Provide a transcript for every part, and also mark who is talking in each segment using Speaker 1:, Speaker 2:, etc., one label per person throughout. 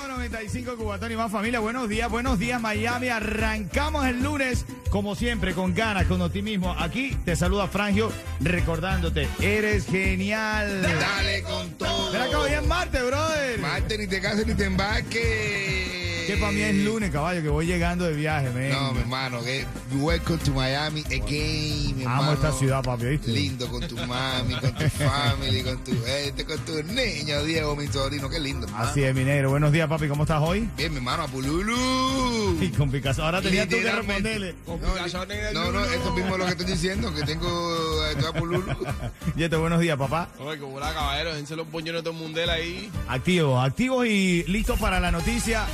Speaker 1: Ritmo 95 Cubatón y más familia, buenos días, buenos días Miami, arrancamos el lunes como siempre con ganas, con optimismo. Aquí te saluda Frangio recordándote, eres genial.
Speaker 2: Dale con todo.
Speaker 1: Mira que hoy es martes, brother.
Speaker 2: Marte, ni te cases ni te embarques.
Speaker 1: Que para mí es lunes, caballo, que voy llegando de viaje, men.
Speaker 2: No, mi hermano, que welcome to Miami again, mi
Speaker 1: Amo
Speaker 2: hermano.
Speaker 1: esta ciudad, papi, ¿oíste?
Speaker 2: Lindo con tu mami, con tu family, con tu gente, con tu niño, Diego, mi sobrino, qué lindo. hermano.
Speaker 1: Así es, mi negro. Buenos días, papi, ¿cómo estás hoy?
Speaker 2: Bien, mi hermano, a Pululu.
Speaker 1: Y con Picasso. Ahora tenías Ah, tú que
Speaker 2: Literalmente.
Speaker 1: responderle.
Speaker 2: No, no, eso mismo es lo que estoy diciendo, que tengo eh, estoy a Pululu.
Speaker 1: Yete, buenos días, papá.
Speaker 3: Oye, que bola, caballero, déjense los boñones de todo el mundel ahí.
Speaker 1: Activos, activos y listos para la noticia.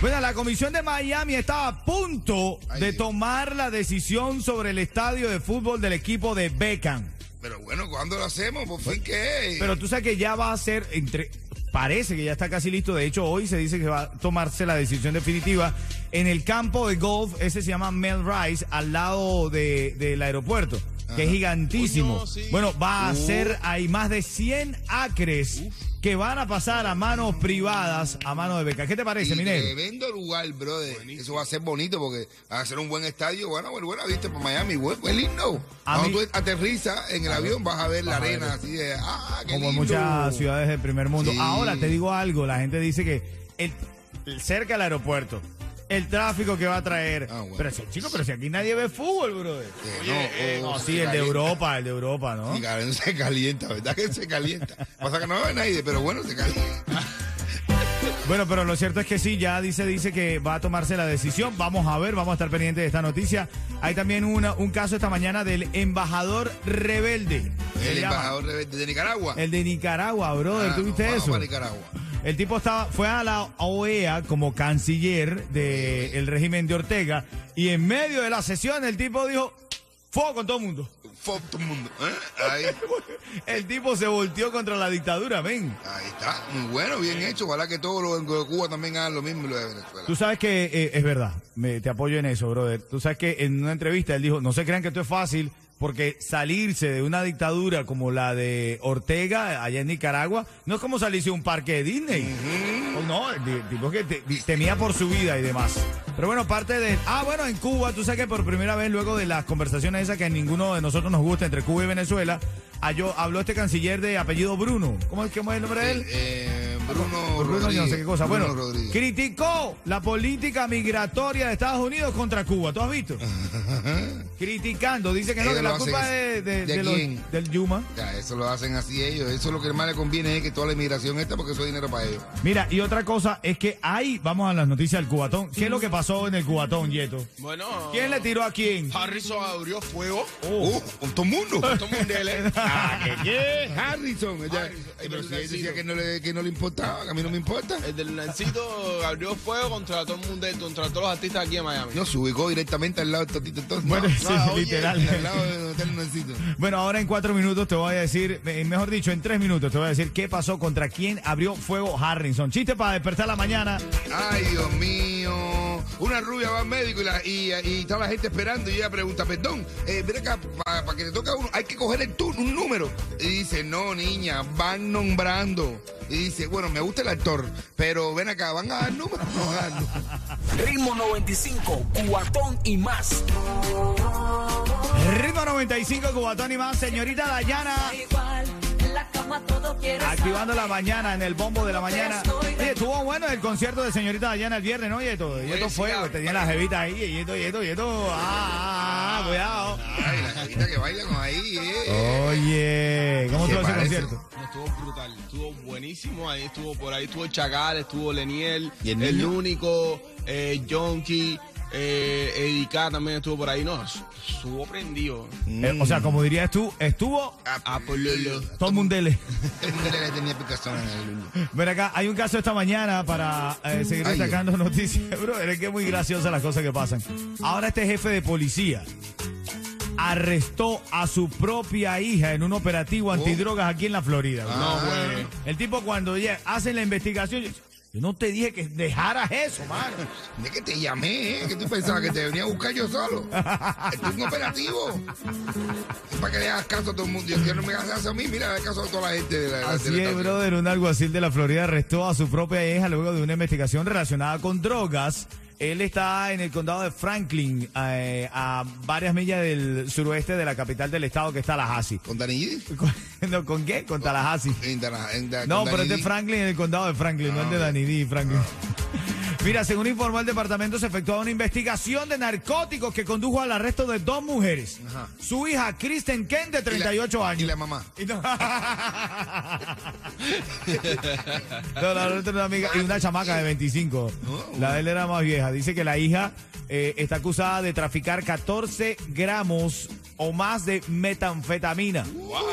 Speaker 1: Bueno, la comisión de Miami estaba a punto
Speaker 2: Ay,
Speaker 1: de
Speaker 2: Dios.
Speaker 1: tomar la decisión sobre el estadio de fútbol del equipo de Beckham.
Speaker 2: Pero bueno, ¿cuándo lo hacemos? ¿Por fin qué?
Speaker 1: Pero tú sabes que ya va a ser entre. Parece que ya está casi listo. De hecho, hoy se dice que va a tomarse la decisión definitiva en el campo de golf. Ese se llama Mel Rice, al lado de- del aeropuerto, que es gigantísimo.
Speaker 3: Coño, sí.
Speaker 1: Bueno, va a ser. Hay más de 100 acres que van a pasar a manos privadas, a manos de becas. ¿Qué te parece,
Speaker 2: Y
Speaker 1: Minero?
Speaker 2: Tremendo lugar, brother. Eso va a ser bonito porque va a ser un buen estadio. Bueno, bueno, bueno, viste para Miami, güey, es lindo.
Speaker 1: A
Speaker 2: Cuando
Speaker 1: mí-
Speaker 2: tú aterrizas en el avión vas a ver la arena así de, ah, qué
Speaker 1: como en
Speaker 2: lindo.
Speaker 1: muchas ciudades del primer mundo.
Speaker 2: Sí.
Speaker 1: Ahora te digo algo, la gente dice que el, el- cerca del aeropuerto, el tráfico que va a traer.
Speaker 2: Ah, bueno.
Speaker 1: Pero si- chico, pero si aquí nadie ve fútbol, brother.
Speaker 2: Eh, no,
Speaker 3: Oye, eh,
Speaker 2: oh,
Speaker 1: No,
Speaker 2: se
Speaker 1: sí, el de
Speaker 2: calienta.
Speaker 1: Europa, el de Europa, ¿no?
Speaker 2: Y cabrón, se calienta, ¿verdad que se calienta? Pasa que no ve nadie, pero bueno, se
Speaker 1: Ah,
Speaker 2: calienta.
Speaker 1: Bueno, pero lo cierto es que sí, ya dice, dice que va a tomarse la decisión. Vamos a ver, vamos a estar pendientes de esta noticia. Hay también una, un caso esta mañana del embajador rebelde. Se
Speaker 2: El
Speaker 1: llama.
Speaker 2: embajador rebelde de Nicaragua.
Speaker 1: El de Nicaragua, brother,
Speaker 2: Ah,
Speaker 1: ¿tú
Speaker 2: no,
Speaker 1: viste
Speaker 2: vamos
Speaker 1: eso?
Speaker 2: para Nicaragua.
Speaker 1: El tipo estaba, fue a la OEA como canciller del régimen de Ortega y en medio de la sesión el tipo dijo, fuego con todo el mundo.
Speaker 2: Fuck todo el mundo. ¿eh? Ahí,
Speaker 1: El tipo se volteó contra la dictadura, ven.
Speaker 2: ahí está. Muy bueno, bien hecho. Ojalá que todos los de Cuba también hagan lo mismo y los de Venezuela.
Speaker 1: Tú sabes que eh, es verdad, me, te apoyo en eso, brother. Tú sabes que en una entrevista él dijo, no se crean que esto es fácil, porque salirse de una dictadura como la de Ortega allá en Nicaragua, no es como salirse de un parque de Disney. Oh, No, el ti- tipo que te- temía por su vida y demás. Pero bueno, parte de... Ah, bueno, en Cuba, tú sabes que por primera vez, luego de las conversaciones esas que a ninguno de nosotros nos gusta entre Cuba y Venezuela, halló- habló este canciller de apellido Bruno. ¿Cómo es, cómo es el nombre de él?
Speaker 2: Eh, Bruno,
Speaker 1: Bruno,
Speaker 2: Rodríguez.
Speaker 1: yo no sé qué cosa.
Speaker 2: Bruno
Speaker 1: bueno,
Speaker 2: Rodríguez.
Speaker 1: criticó la política migratoria de Estados Unidos contra Cuba. ¿Tú has visto? Criticando. Dice que no,
Speaker 2: Ellos
Speaker 1: que
Speaker 2: lo
Speaker 1: la
Speaker 2: hacen
Speaker 1: culpa
Speaker 2: así.
Speaker 1: es de, de-
Speaker 2: ¿De
Speaker 1: de los-
Speaker 2: quién?
Speaker 1: del Yuma.
Speaker 2: Ya, eso lo hacen así ellos. Eso lo que más les conviene es que toda la inmigración está porque eso es dinero para ellos.
Speaker 1: Mira, y otra cosa es que ahí vamos a las noticias del Cubatón. ¿Qué es lo que pasó en el Cubatón, Yeto?
Speaker 3: Bueno,
Speaker 1: ¿Quién le tiró a quién?
Speaker 2: Ah,
Speaker 3: Harrison abrió fuego.
Speaker 1: Oh.
Speaker 2: ¡Uh! con todo el mundo.
Speaker 3: Todo el mundel, eh.
Speaker 2: Ah, que qué, Harrison. Ella- Ay, pero
Speaker 3: pero
Speaker 2: si él decía
Speaker 3: Nancito.
Speaker 2: que no, le, que no le importaba, que a mí no me importa.
Speaker 3: El del Nancito abrió fuego contra todo el mundel, contra todos los artistas aquí en Miami.
Speaker 2: No, se ubicó directamente al lado del Totito entonces.
Speaker 1: Bueno,
Speaker 2: No,
Speaker 1: sí,
Speaker 2: no, oye,
Speaker 1: literal.
Speaker 2: Al lado del Hotel Nancito.
Speaker 1: Bueno, ahora en cuatro minutos te voy a decir, eh, mejor dicho, en tres minutos te voy a decir qué pasó contra quién abrió fuego Harrison. Chiste para despertar la mañana.
Speaker 2: Ay, Dios mío. Una rubia va al médico y, la, y, y está la gente esperando y ella pregunta, perdón, eh, ven acá, para que te toque a uno, hay que coger el turno, un número. Y dice, no, niña, van nombrando. Y dice, bueno, me gusta el actor, pero ven acá, ¿van a dar número? No, van a dar número.
Speaker 4: Ritmo 95, cuatón y más.
Speaker 1: Ritmo 95, Cubatón y más. Señorita Dayana.
Speaker 5: igual. En la cama todo quiere
Speaker 1: Activando la mañana en el bombo de la mañana. Oye, estuvo bueno el concierto de señorita Dayana el viernes, ¿no? Y esto, y
Speaker 2: Pues
Speaker 1: esto
Speaker 3: sí,
Speaker 1: fue,
Speaker 3: cabrón.
Speaker 1: tenía las jevitas ahí, y esto, y esto, y esto. Ah, ah, ah, cuidado.
Speaker 2: Ay, la carita que baila con ahí, eh.
Speaker 1: Oye, ¿cómo
Speaker 2: ¿Qué
Speaker 1: estuvo ese
Speaker 2: parece?
Speaker 1: concierto?
Speaker 3: No, Estuvo brutal, estuvo buenísimo. Ahí estuvo por ahí, estuvo Chagal, estuvo Leniel,
Speaker 2: ¿Y el
Speaker 3: el,
Speaker 2: niño?
Speaker 3: único, eh, Yonki, Eh, Edicá también estuvo por ahí. No, estuvo prendido.
Speaker 2: Mm.
Speaker 3: Ah,
Speaker 1: Eh, o sea, como dirías tú, estuvo
Speaker 2: Ah,
Speaker 3: Apololo.
Speaker 1: todo mundele.
Speaker 2: Todo el mundo le tenía picazón en el uño.
Speaker 1: Ver acá, hay un caso esta mañana para eh, seguir
Speaker 2: Ay,
Speaker 1: sacando noticias, bro. Es que es muy graciosa las cosas que pasan. Ahora este jefe de policía arrestó a su propia hija en un
Speaker 2: Oh.
Speaker 1: operativo antidrogas aquí en la Florida. bro.
Speaker 3: No, bueno.
Speaker 1: El tipo cuando ya hacen la investigación, yo yo no te dije que dejaras eso, mano.
Speaker 2: Es que te llamé, ¿eh? Que tú pensabas que te venía a buscar yo solo. Esto es un operativo. Es para que le hagas caso a todo el mundo. Yo, yo no me hagas caso a mí, mira, le hagas caso a toda la gente de la de la
Speaker 1: Así es,
Speaker 2: telestación.
Speaker 1: brother. Un alguacil de la Florida arrestó a su propia hija luego de una investigación relacionada con drogas. Él está en el condado de Franklin, eh, a varias millas del suroeste de la capital del estado, que está Tallahassee.
Speaker 2: ¿Con Danillí?
Speaker 1: ¿Con, no, ¿con qué? Con Tallahassee.
Speaker 2: En Dana- en Da-
Speaker 1: No,
Speaker 2: con Ah,
Speaker 1: pero este es
Speaker 2: Danillí.
Speaker 1: Franklin, en el condado de Franklin, no el de Danidí, Franklin.
Speaker 2: Ah.
Speaker 1: Mira, según informó el departamento, se efectuó una investigación de narcóticos que condujo al arresto de dos mujeres. Su hija, Kristen Kent, de
Speaker 2: Y la-
Speaker 1: 38 años.
Speaker 2: Y la mamá.
Speaker 1: Y No, No, la otra era una amiga y una chamaca de 25. La de él era más vieja. Dice que la hija eh, está acusada de traficar 14 gramos o más de metanfetamina,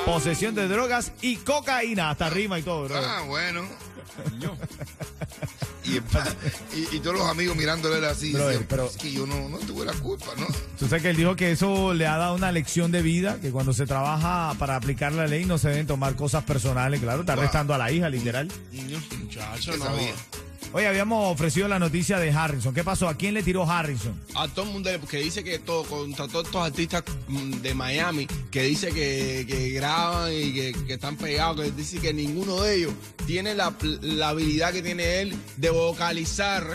Speaker 1: posesión de drogas y cocaína, hasta rima y todo, bro.
Speaker 2: Ah, bueno. Y, el pa- y- y todos los amigos mirándole así.
Speaker 1: Brother,
Speaker 2: diciendo,
Speaker 1: pero-
Speaker 2: Es que yo no, no tuve la culpa, ¿no?
Speaker 1: Tú sabes que él dijo que eso le ha dado una lección de vida, que cuando se trabaja para aplicar la ley no se deben tomar cosas personales, claro, está arrestando a la hija, literal.
Speaker 3: Muchacho,
Speaker 2: ¿Qué
Speaker 3: no.
Speaker 2: sabía?
Speaker 1: Oye, habíamos ofrecido la noticia de Harrison. ¿Qué pasó? ¿A quién le tiró Harrison?
Speaker 3: A todo el mundo, porque dice que todo, contra todos estos artistas mm, de Miami, que dice que, que graban y que, que están pegados, que dice que ninguno de ellos tiene la, pl- la habilidad que tiene él de vocalizar,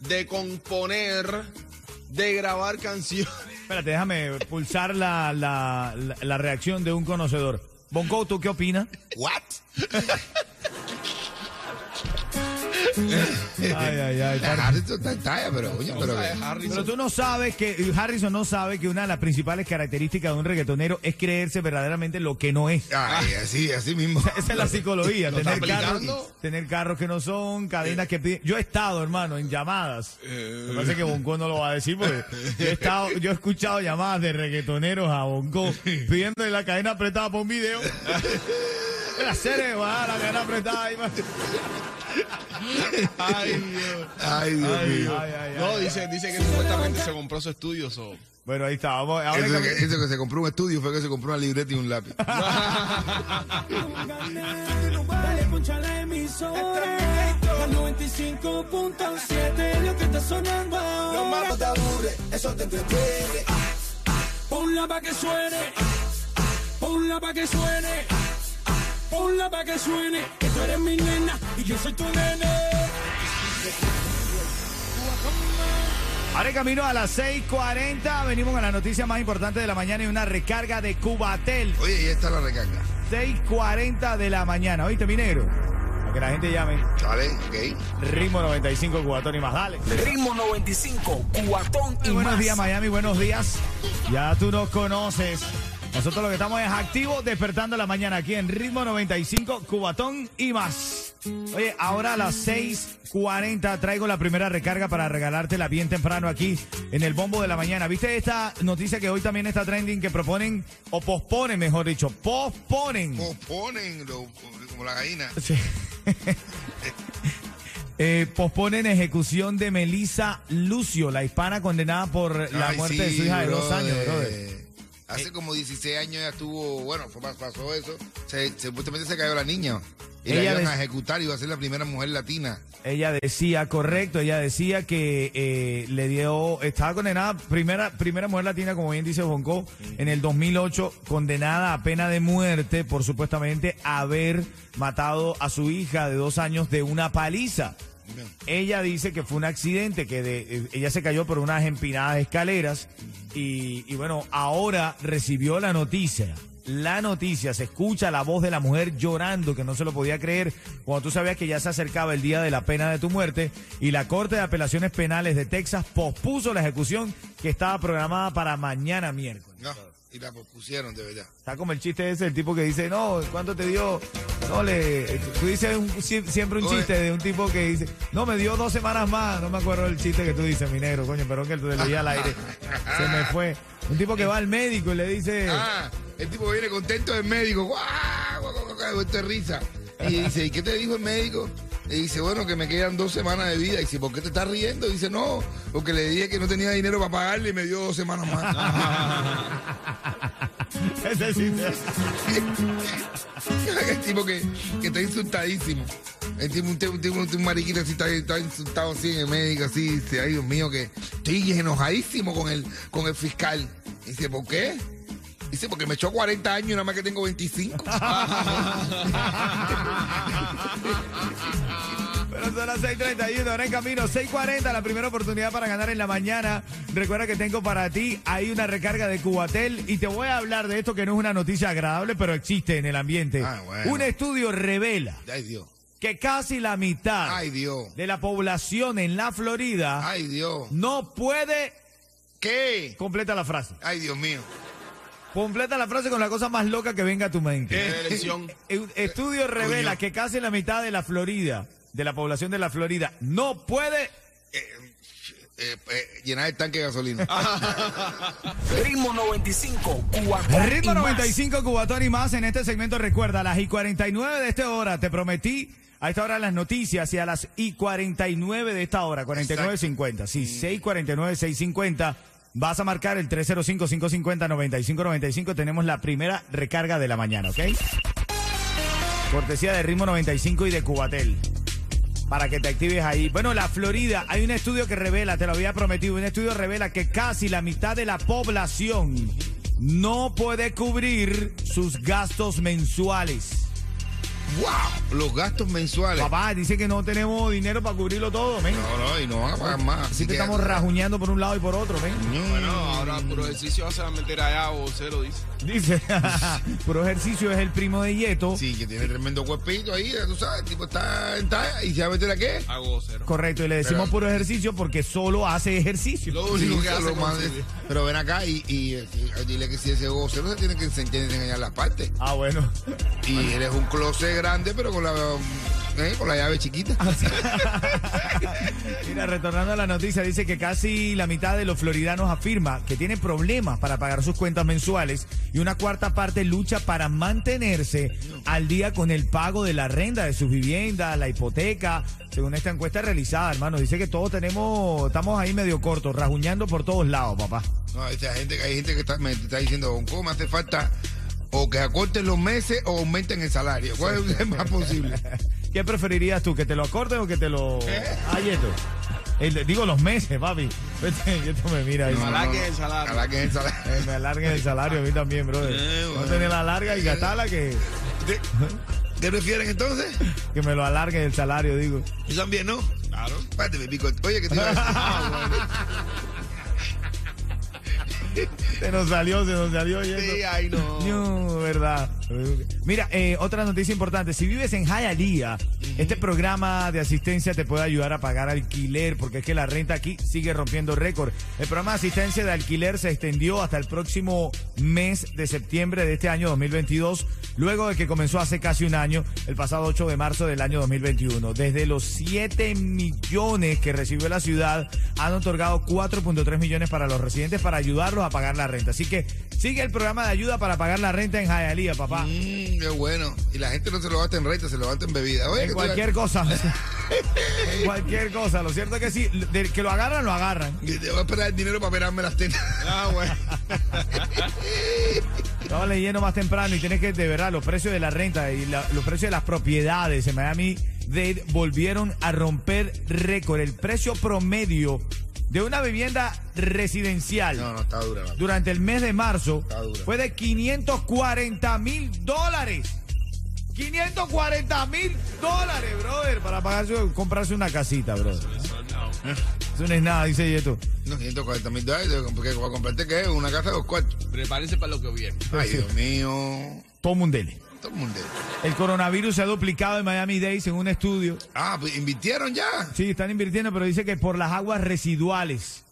Speaker 3: de componer, de grabar canciones.
Speaker 1: Espérate, déjame pulsar la, la, la- la reacción de un conocedor. Bonco, ¿tú qué opinas?
Speaker 2: ¿What?
Speaker 1: Ay, ay, ay.
Speaker 2: La
Speaker 1: par-
Speaker 2: Harrison está en talla, pero, coño, pero.
Speaker 3: ¿Sabes, Harrison?
Speaker 1: Pero tú no sabes que, Harrison no sabe que una de las principales características de un reggaetonero es creerse verdaderamente lo que no es.
Speaker 2: Ay, así, así mismo.
Speaker 1: Esa es la psicología,
Speaker 3: ¿Lo está
Speaker 1: tener carros,
Speaker 3: aplicando? Eh.
Speaker 1: tener carros que no son, cadenas que piden. Yo he estado, hermano, en llamadas. Me parece que Bonco no lo va a decir porque yo he, estado, yo he escuchado llamadas de reggaetoneros a Bonco pidiéndole la cadena apretada por un video. La serie va, la cadena apretada. ahí va.
Speaker 3: Ay, Dios.
Speaker 2: Ay, Dios
Speaker 1: Ay,
Speaker 2: mío.
Speaker 1: ay, ay,
Speaker 3: No,
Speaker 1: ay.
Speaker 3: dice, dice que supuestamente se compró su estudio. so.
Speaker 1: Bueno, ahí está. Vamos, ahora
Speaker 2: Eso
Speaker 1: que-
Speaker 2: que, eso que se compró un estudio fue que se compró una libreta y un lápiz.
Speaker 6: Dale, poncha la emisora. La 95.7 lo que está sonando ahora. Lo más no te aburre, eso te entretiene. Ah, Ponla pa' que suene. ah. Ponla pa' que suene. ah. Ponla pa' que suene. Que tú eres mi nena y yo soy tu nene.
Speaker 1: Ahora en camino a las 6:40 venimos a la noticia más importante de la mañana y una recarga de Cubatel.
Speaker 2: Oye, y esta es la recarga.
Speaker 1: 6:40 de la mañana. ¿Oíste, mi negro? Para que la gente llame.
Speaker 2: ¿Sale? ¿Ok?
Speaker 1: Ritmo 95, Cubatón y más. Dale.
Speaker 4: Ritmo 95, Cubatón y
Speaker 1: buenos
Speaker 4: más.
Speaker 1: días, Miami. Buenos días. Ya tú nos conoces. Nosotros lo que estamos es activos despertando la mañana aquí en Ritmo 95, Cubatón y más. Oye, ahora a las 6:40 traigo la primera recarga para regalártela bien temprano aquí en el bombo de la mañana. ¿Viste esta noticia que hoy también está trending que proponen o posponen, mejor dicho, posponen?
Speaker 2: Posponen lo- como la gallina.
Speaker 1: Sí. Eh, posponen ejecución de Melissa Lucio, la hispana condenada por la
Speaker 2: Ay,
Speaker 1: muerte
Speaker 2: sí,
Speaker 1: de su hija de dos
Speaker 2: brother.
Speaker 1: años, brother.
Speaker 2: Hace como 16 años ella estuvo, bueno, fue, pas- pasó eso. Se, supuestamente se cayó la niña. Y la
Speaker 1: Ella
Speaker 2: iban a
Speaker 1: des-
Speaker 2: ejecutar, iba a ser la primera mujer latina.
Speaker 1: Ella decía, correcto, ella decía que eh, le dio, estaba condenada, primera, primera mujer latina, como bien dice Bonco, en el 2008, condenada a pena de muerte por supuestamente haber matado a su hija de dos años de una paliza. Ella dice que fue un accidente, que de- eh, ella se cayó por unas empinadas escaleras y, y bueno, ahora recibió la noticia. La noticia, se escucha la voz de la mujer llorando que no se lo podía creer cuando tú sabías que ya se acercaba el día de la pena de tu muerte y la Corte de Apelaciones Penales de Texas pospuso la ejecución que estaba programada para mañana miércoles.
Speaker 2: No, Y la pospusieron, de verdad.
Speaker 1: Está como el chiste ese, el tipo que dice, no, ¿cuánto te dio? No, le... Tú dices un- sie- siempre un
Speaker 2: Oye.
Speaker 1: chiste de un tipo que dice, no, me dio dos semanas más. No me acuerdo el chiste que tú dices, mi negro, coño, pero que te lo leí al aire. Se me fue. Un tipo que va al médico y le dice,
Speaker 2: Ah, el tipo viene contento del médico. ¡Guau! guau, guau, guau, Esto es risa. Y dice, ¿y qué te dijo el médico? Y dice, bueno, que me quedan dos semanas de vida. Y dice, ¿por qué te estás riendo? Y dice, no, porque le dije que no tenía dinero para pagarle y me dio dos semanas más.
Speaker 1: ese chiste.
Speaker 2: el tipo que, que está insultadísimo. El tipo, un, tipo- un tipo- un mariquita así está, está insultado así en el médico, así, dice, ay Dios mío, que estoy enojadísimo con el, con el fiscal. Y dice, ¿por qué? Dice, porque me echó 40 años y nada más que tengo 25.
Speaker 1: Pero son las 6:31, ahora en camino, 6:40, la primera oportunidad para ganar en la mañana. Recuerda que tengo para ti, hay una recarga de Cubatel y te voy a hablar de esto que no es una noticia agradable, pero existe en el ambiente.
Speaker 2: Ah, bueno.
Speaker 1: Un estudio revela
Speaker 2: Ay Dios,
Speaker 1: que casi la mitad
Speaker 2: ay Dios,
Speaker 1: de la población en la Florida
Speaker 2: ay Dios.
Speaker 1: no puede...
Speaker 2: ¿Qué?
Speaker 1: Completa la frase.
Speaker 2: Ay Dios mío.
Speaker 1: Completa la frase con la cosa más loca que venga a tu mente. E,
Speaker 3: Qué elección.
Speaker 1: Un estudio revela
Speaker 2: Eh, Coño.
Speaker 1: que casi la mitad de la Florida, de la población de la Florida, no puede
Speaker 2: Eh, eh, llenar el tanque de gasolina.
Speaker 3: Ah.
Speaker 4: Ritmo 95, Cubatón
Speaker 1: Ritmo
Speaker 4: y más.
Speaker 1: 95, Cubatón y más. En este segmento recuerda, a las y 49 de esta hora, te prometí, a esta hora las noticias y a las y 49 de esta hora, 49.50. Sí, 649, 650. Vas a marcar el 305-550-9595. Tenemos la primera recarga de la mañana, ¿ok? Cortesía de Ritmo 95 y de Cubatel. Para que te actives ahí. Bueno, la Florida, hay un estudio que revela, te lo había prometido, un estudio revela que casi la mitad de la población no puede cubrir sus gastos mensuales.
Speaker 2: ¡Wow! Los gastos mensuales.
Speaker 1: Papá, dice que no tenemos dinero para cubrirlo todo, ¿ven?
Speaker 2: No, no, y no van a pagar más.
Speaker 1: Así que estamos rajuñando por un lado y por otro, ¿ven?
Speaker 3: Bueno, ahora puro ejercicio se va a meter allá o se lo dice.
Speaker 1: Dice, Pro Ejercicio es el primo de Yeto.
Speaker 2: Sí, que tiene tremendo cuerpito ahí, ya tú sabes, el tipo está en talla y se va a meter a qué.
Speaker 3: Hago cero.
Speaker 1: Correcto, y le decimos
Speaker 2: Pero-
Speaker 1: puro ejercicio porque solo hace ejercicio.
Speaker 3: Lo único
Speaker 2: Sí,
Speaker 3: que
Speaker 2: lo
Speaker 3: hace
Speaker 2: más-
Speaker 3: consigue.
Speaker 2: Pero ven acá y, y, eh, sí, dile que si ese gocero se tiene que se tiene que enseñar las partes.
Speaker 1: Ah, bueno.
Speaker 2: Y él es un closet grande, pero con la, eh, con la llave chiquita.
Speaker 3: Ah,
Speaker 1: Mira, retornando a la noticia, dice que casi la mitad de los floridanos afirma que tiene problemas para pagar sus cuentas mensuales y una cuarta parte lucha para mantenerse al día con el pago de la renta de sus viviendas, la hipoteca. Según esta encuesta realizada, hermano, dice que todos tenemos, estamos ahí medio cortos, rajuñando por todos lados, papá.
Speaker 2: No, o sea, gente, hay gente que está, me está diciendo, ¿cómo me hace falta? O que acorten los meses o aumenten el salario. ¿Cuál es más posible?
Speaker 1: ¿Qué preferirías tú, que te lo acorten o que te lo... Ah, Yeto. El- digo los meses, papi. Vete, Yeto me mira ahí.
Speaker 3: Ojalá que el salario.
Speaker 2: Ojalá que el salario.
Speaker 1: Eh, me alarguen el salario a mí también, brother.
Speaker 2: Eh,
Speaker 1: No
Speaker 2: bueno.
Speaker 1: tener la larga y gastarla que,
Speaker 2: ¿Qué- ¿Qué prefieren entonces?
Speaker 1: que me lo alarguen el salario, digo.
Speaker 2: Yo también, ¿no? Claro. Ah, Espérate, me pico. Oye, que te iba a decir.
Speaker 1: Se nos salió, se nos salió. Yendo.
Speaker 3: Sí, ay, no.
Speaker 1: No, verdad. Mira, eh, otra noticia importante. Si vives en Hialeah, este programa de asistencia te puede ayudar a pagar alquiler, porque es que la renta aquí sigue rompiendo récord. El programa de asistencia de alquiler se extendió hasta el próximo mes de septiembre de este año 2022, luego de que comenzó hace casi un año, el pasado 8 de marzo del año 2021. Desde los 7 millones que recibió la ciudad, han otorgado 4.3 millones para los residentes para ayudarlos a pagar la renta. Así que sigue el programa de ayuda para pagar la renta en Hialeah, papá.
Speaker 2: Mm, qué bueno. Y la gente no se lo gasta en renta, se lo gasta en bebida. Oye, que
Speaker 1: En
Speaker 2: tú-
Speaker 1: cualquier cosa. En cualquier cosa. Lo cierto es que sí, del que lo agarran, lo agarran.
Speaker 2: que te voy a esperar el dinero para operarme las tetas.
Speaker 3: Ah, bueno.
Speaker 1: Estaba leyendo más temprano y tienes que, de verdad, los precios de la renta y la- los precios de las propiedades en Miami Dade volvieron a romper récord. El precio promedio de una vivienda residencial
Speaker 2: No, no, está dura la
Speaker 1: durante el mes de marzo
Speaker 2: Está dura.
Speaker 1: fue de 540 mil dólares. 540 mil dólares, brother, para pagar su- comprarse una casita, brother. Eh, Eso no es nada, dice Yeto.
Speaker 2: No, 540 mil dólares. Porque voy a comprarte qué? Una casa de dos cuartos.
Speaker 3: Prepárense para lo que viene.
Speaker 2: Ay, Dios mío.
Speaker 1: Todo mundele.
Speaker 2: Todo el mundo.
Speaker 1: El coronavirus se ha duplicado en Miami-Dade según un estudio.
Speaker 2: Ah, pues invirtieron ya.
Speaker 1: Sí, están invirtiendo, pero dice que por las aguas residuales.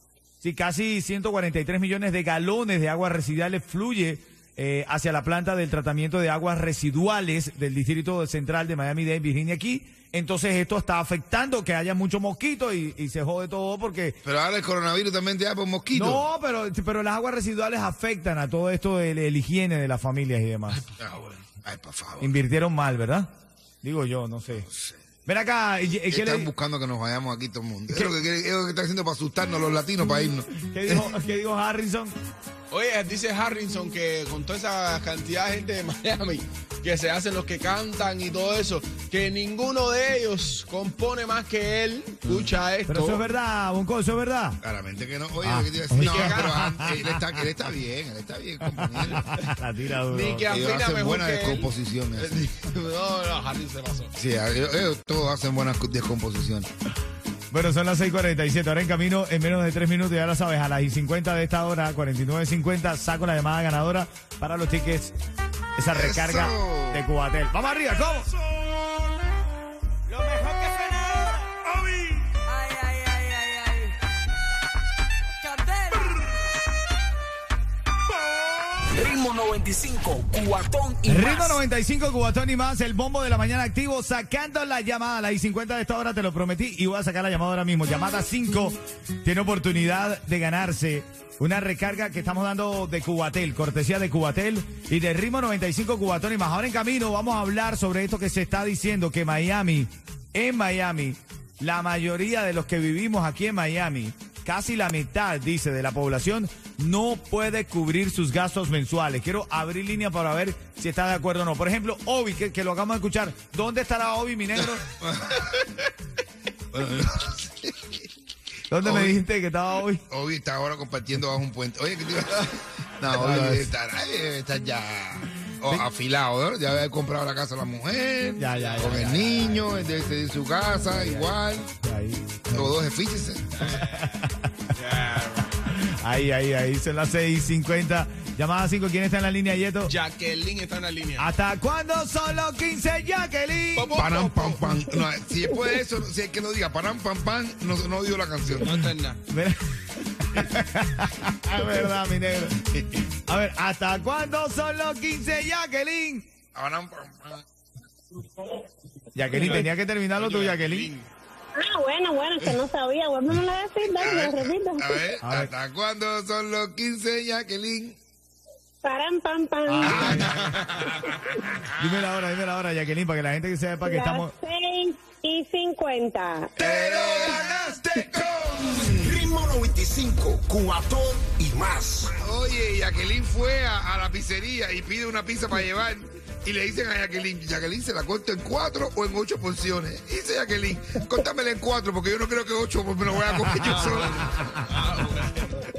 Speaker 1: Sí, casi 143 millones de galones de aguas residuales fluye eh, hacia la planta del tratamiento de aguas residuales del Distrito Central de Miami-Dade, Virginia, aquí. Entonces esto está afectando que haya mucho mosquito y, y se jode todo porque...
Speaker 2: Pero ahora el coronavirus también te da por mosquito.
Speaker 1: No, pero, pero las aguas residuales afectan a todo esto del el higiene de las familias y demás.
Speaker 2: Ah, bueno. Ay, por favor.
Speaker 1: Invirtieron mal, ¿verdad? Digo yo, no sé. Ven acá, y- y- ¿qué,
Speaker 2: Están
Speaker 1: le-
Speaker 2: buscando que nos vayamos aquí todo el mundo. Es lo, que, quiere- es lo que están haciendo para asustarnos los latinos, para irnos.
Speaker 1: qué dijo, qué dijo Harrison?
Speaker 3: Oye, dice Harrison que con toda esa cantidad de gente de Miami que se hacen los que cantan y todo eso, que ninguno de ellos compone más que él. Escucha esto.
Speaker 1: Pero eso es verdad, Bonco, eso es verdad.
Speaker 2: Claramente que no. Oye,
Speaker 1: Ah.
Speaker 2: lo que te iba a decir. No,
Speaker 3: Ni que-
Speaker 2: pero ah, él está, él está bien, él está bien, compañero.
Speaker 1: La tira duro.
Speaker 3: Ni que
Speaker 2: Ellos
Speaker 3: afina
Speaker 2: hacen
Speaker 3: mejor
Speaker 2: buenas
Speaker 3: que él.
Speaker 2: descomposiciones.
Speaker 3: No, no, Harrison se pasó.
Speaker 2: Sí, ellos, ellos todos hacen buenas descomposiciones.
Speaker 1: Bueno, son las 6.47, ahora en camino, en menos de 3 minutos, ya lo sabes, a las y 50 de esta hora, 49.50, saco la llamada ganadora para los tickets, esa recarga
Speaker 2: Eso.
Speaker 1: de Cubatel. ¡Vamos arriba, cómo!
Speaker 5: Ay, ay, ay, ay, ay. Cadena.
Speaker 4: Ritmo 95, cuatón y
Speaker 1: Ritmo
Speaker 4: más.
Speaker 1: 95, Cubatón y más, el bombo de la mañana activo, sacando la llamada a las y 50 de esta hora, te lo prometí, y voy a sacar la llamada ahora mismo. Llamada 5 tiene oportunidad de ganarse una recarga que estamos dando de Cubatel, cortesía de Cubatel y de Ritmo 95, Cubatón y más. Ahora en camino vamos a hablar sobre esto que se está diciendo, que Miami, en Miami, la mayoría de los que vivimos aquí en Miami, casi la mitad, dice, de la población no puede cubrir sus gastos mensuales. Quiero abrir línea para ver si está de acuerdo o no. Por ejemplo, Obi, que, que lo acabamos de escuchar. ¿Dónde estará Obi, mi negro? ¿Dónde me
Speaker 2: Obi.
Speaker 1: dijiste que estaba Obi?
Speaker 2: Obi está ahora compartiendo bajo un puente. Oye, ¿qué te iba a decir? No, Obi debe estar, ay, debe estar ya oh, afilado, ¿no? Ya debe haber comprado la casa a la mujer,
Speaker 1: Ya, ya, ya,
Speaker 2: con
Speaker 1: ya,
Speaker 2: el
Speaker 1: ya,
Speaker 2: niño, él debe seguir su casa, igual.
Speaker 1: Ahí.
Speaker 2: Todos efíchense.
Speaker 1: Ahí, ahí, ahí. Son las 6.50. Llamada 5. ¿Quién está en la línea, Yeto?
Speaker 3: Jacqueline está en la línea.
Speaker 1: ¿Hasta cuándo son los 15, Jacqueline?
Speaker 3: Po, po,
Speaker 2: Panam,
Speaker 3: po,
Speaker 2: pam,
Speaker 3: po.
Speaker 2: pam. No, si después de eso, si es que no diga panam, pam, pam, no, no dio la canción.
Speaker 3: No está en nada.
Speaker 1: Mira. es verdad, mi negro. A ver, ¿hasta cuándo son los 15, Jacqueline?
Speaker 2: Panam, pam, pam.
Speaker 1: Jacqueline, tenía que terminarlo tú,
Speaker 3: Oye,
Speaker 1: Jacqueline.
Speaker 7: Ah, bueno, bueno, que no sabía. Vuelveme a decir,
Speaker 2: A
Speaker 7: dale, me lo
Speaker 2: ver,
Speaker 7: repito.
Speaker 2: a ver,
Speaker 1: A ver.
Speaker 2: ¿hasta cuándo son los 15, Jacqueline?
Speaker 7: Paran, pam, pam.
Speaker 2: Ah,
Speaker 1: Dime la hora, dime la hora, Jacqueline, para que la gente que sepa que
Speaker 7: Las
Speaker 1: estamos.
Speaker 7: seis y 50.
Speaker 2: ¡Te lo ganaste con!
Speaker 4: Ritmo 95, cuatón y más.
Speaker 2: Oye, Jacqueline fue a, a la pizzería y pide una pizza para llevar. Y le dicen a Jacqueline, Jacqueline, ¿se la corto en cuatro o en ocho porciones? Y Dice Jacqueline, córtamela en cuatro porque yo no creo que ocho pues me lo voy a comer yo sola.